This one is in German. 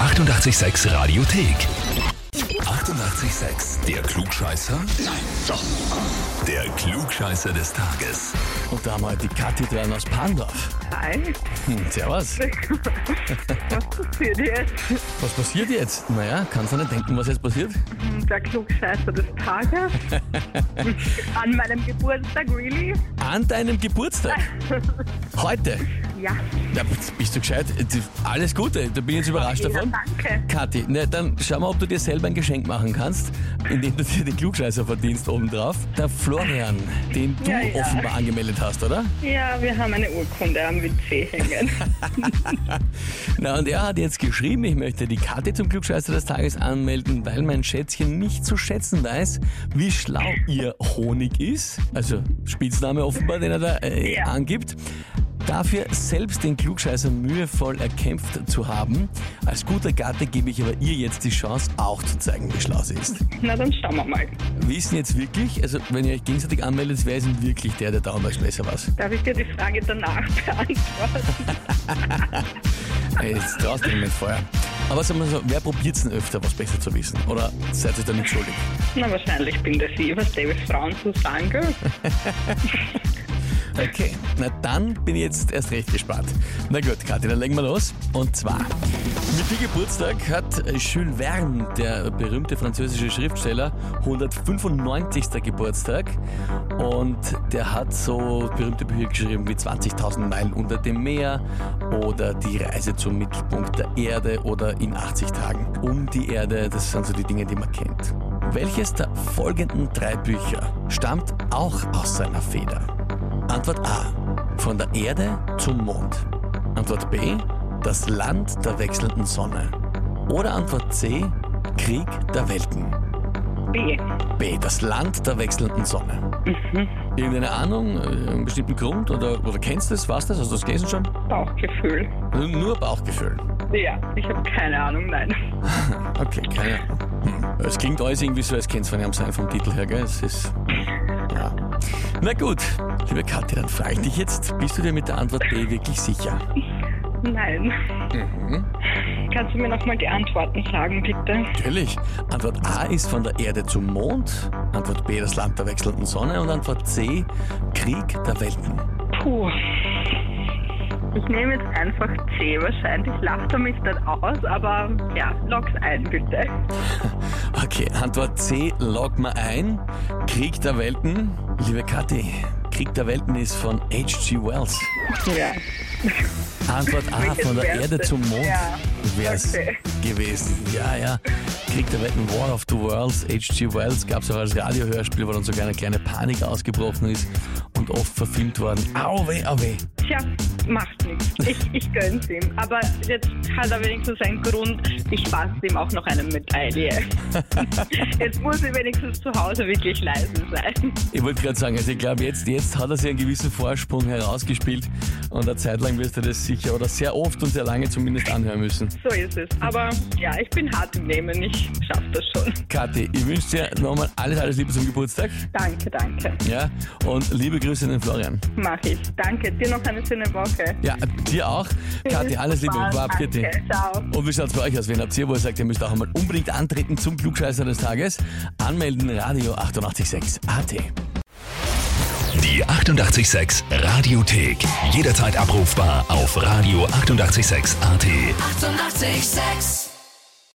886 Radiothek. 88,6. Der Klugscheißer? Nein, doch. Der Klugscheißer des Tages. Und da haben wir heute die Kathi dran aus Pandorf. Hi, Hm, servus. was passiert jetzt? Was passiert jetzt? Naja, kannst du nicht denken, was jetzt passiert? Der Klugscheißer des Tages. An meinem Geburtstag, really? An deinem Geburtstag. Heute. Ja. Ja, bist du gescheit? Alles Gute, da bin ich jetzt überrascht Ja, davon. danke. Kathi, na, dann schau mal, ob du dir selber ein Geschenk machen kannst, indem du dir den Klugscheißer verdienst obendrauf. Der Florian, den du Ja, ja. offenbar angemeldet hast, oder? Ja, wir haben eine Urkunde am WC hängen. Na, und er hat jetzt geschrieben, ich möchte die Karte zum Glücksscheißer des Tages anmelden, weil mein Schätzchen nicht zu schätzen weiß, wie schlau ihr Honig ist. Also Spitzname offenbar, den er da äh, Ja. angibt. Dafür selbst den Klugscheißer mühevoll erkämpft zu haben. Als guter Gatte gebe ich aber ihr jetzt die Chance, auch zu zeigen, wie schlau sie ist. Na, dann schauen wir mal. Wissen jetzt wirklich, also wenn ihr euch gegenseitig anmeldet, wer ist denn wirklich der, der dauernd besser was? Darf ich dir die Frage danach beantworten? Ey, jetzt traust du ihm nicht vorher. Aber sagen wir so, wer probiert's denn öfter, was besser zu wissen? Oder seid ihr da nicht schuldig? Na, wahrscheinlich bin das ich, was David Frauen so sagen, gell? Okay, na dann bin ich jetzt erst recht gespannt. Na gut, Kathi, dann legen wir los. Und zwar, mit dem Geburtstag hat äh, Jules Verne, der berühmte französische Schriftsteller, 195. Geburtstag. Und der hat so berühmte Bücher geschrieben wie 20.000 Meilen unter dem Meer oder Die Reise zum Mittelpunkt der Erde oder In 80 Tagen um die Erde. Das sind so die Dinge, die man kennt. Welches der folgenden drei Bücher stammt auch aus seiner Feder? Antwort A. Von der Erde zum Mond. Antwort B. Das Land der wechselnden Sonne. Oder Antwort C. Krieg der Welten. B. B. Das Land der wechselnden Sonne. Irgendeine Ahnung, äh, einen bestimmten Grund oder, oder kennst du es, warst das, hast du es gelesen schon? Bauchgefühl. Nur Bauchgefühl. Ja, ich habe keine Ahnung, nein. Okay, keine Ahnung. Hm. Es klingt alles irgendwie so, als kennst du von sein vom Titel her, gell? Es ist. Ja. Na gut, liebe Katja, dann frage ich dich jetzt, bist du dir mit der Antwort B wirklich sicher? Nein. Kannst du mir nochmal die Antworten sagen, bitte? Natürlich. Antwort A ist von der Erde zum Mond, Antwort B das Land der wechselnden Sonne und Antwort C Krieg der Welten. Puh. Ich nehme jetzt einfach C wahrscheinlich. Lacht er mich dann aus, aber ja, log's ein bitte. Okay, Antwort C log mal ein. Krieg der Welten, liebe Kathi, Krieg der Welten ist von H.G. Wells. Ja. Antwort A Welches von der wär's Erde denn? zum Mond Ja, wär's okay. gewesen. Ja, ja. Krieg der Welten War of the Worlds, H.G. Wells gab's auch als Radiohörspiel, wo dann sogar eine kleine Panik ausgebrochen ist und oft verfilmt worden. Au weh, au weh. Tja, macht nichts. Ich, ich gönn's ihm. Aber jetzt hat er wenigstens einen Grund. Ich fasse ihm auch noch eine Medaille. jetzt muss er wenigstens zu Hause wirklich leise sein. Ich wollte gerade sagen, also ich glaube, jetzt, jetzt hat er sich einen gewissen Vorsprung herausgespielt und eine Zeit lang wirst du das sicher oder sehr oft und sehr lange zumindest anhören müssen. So ist es. Aber ja, ich bin hart im Nehmen. Ich schaff das schon. Kathi, ich wünsche dir nochmal alles, alles Liebe zum Geburtstag. Danke, danke. Ja, und liebe Grüße an den Florian. Mach ich. Danke. Dir noch eine schöne Woche. Ja, dir auch. Kathi, alles Liebe. Spaß. Baba, Kathi. Danke. Ciao. Und wie schaut's bei euch aus? Wen habt ihr, wo ihr sagt, ihr müsst auch einmal unbedingt antreten zum Klugscheißer des Tages? Anmelden, Radio 886 AT. Die 88,6 Radiothek. Jederzeit abrufbar auf radio886.at. 88,6. Eighty-eight, sex.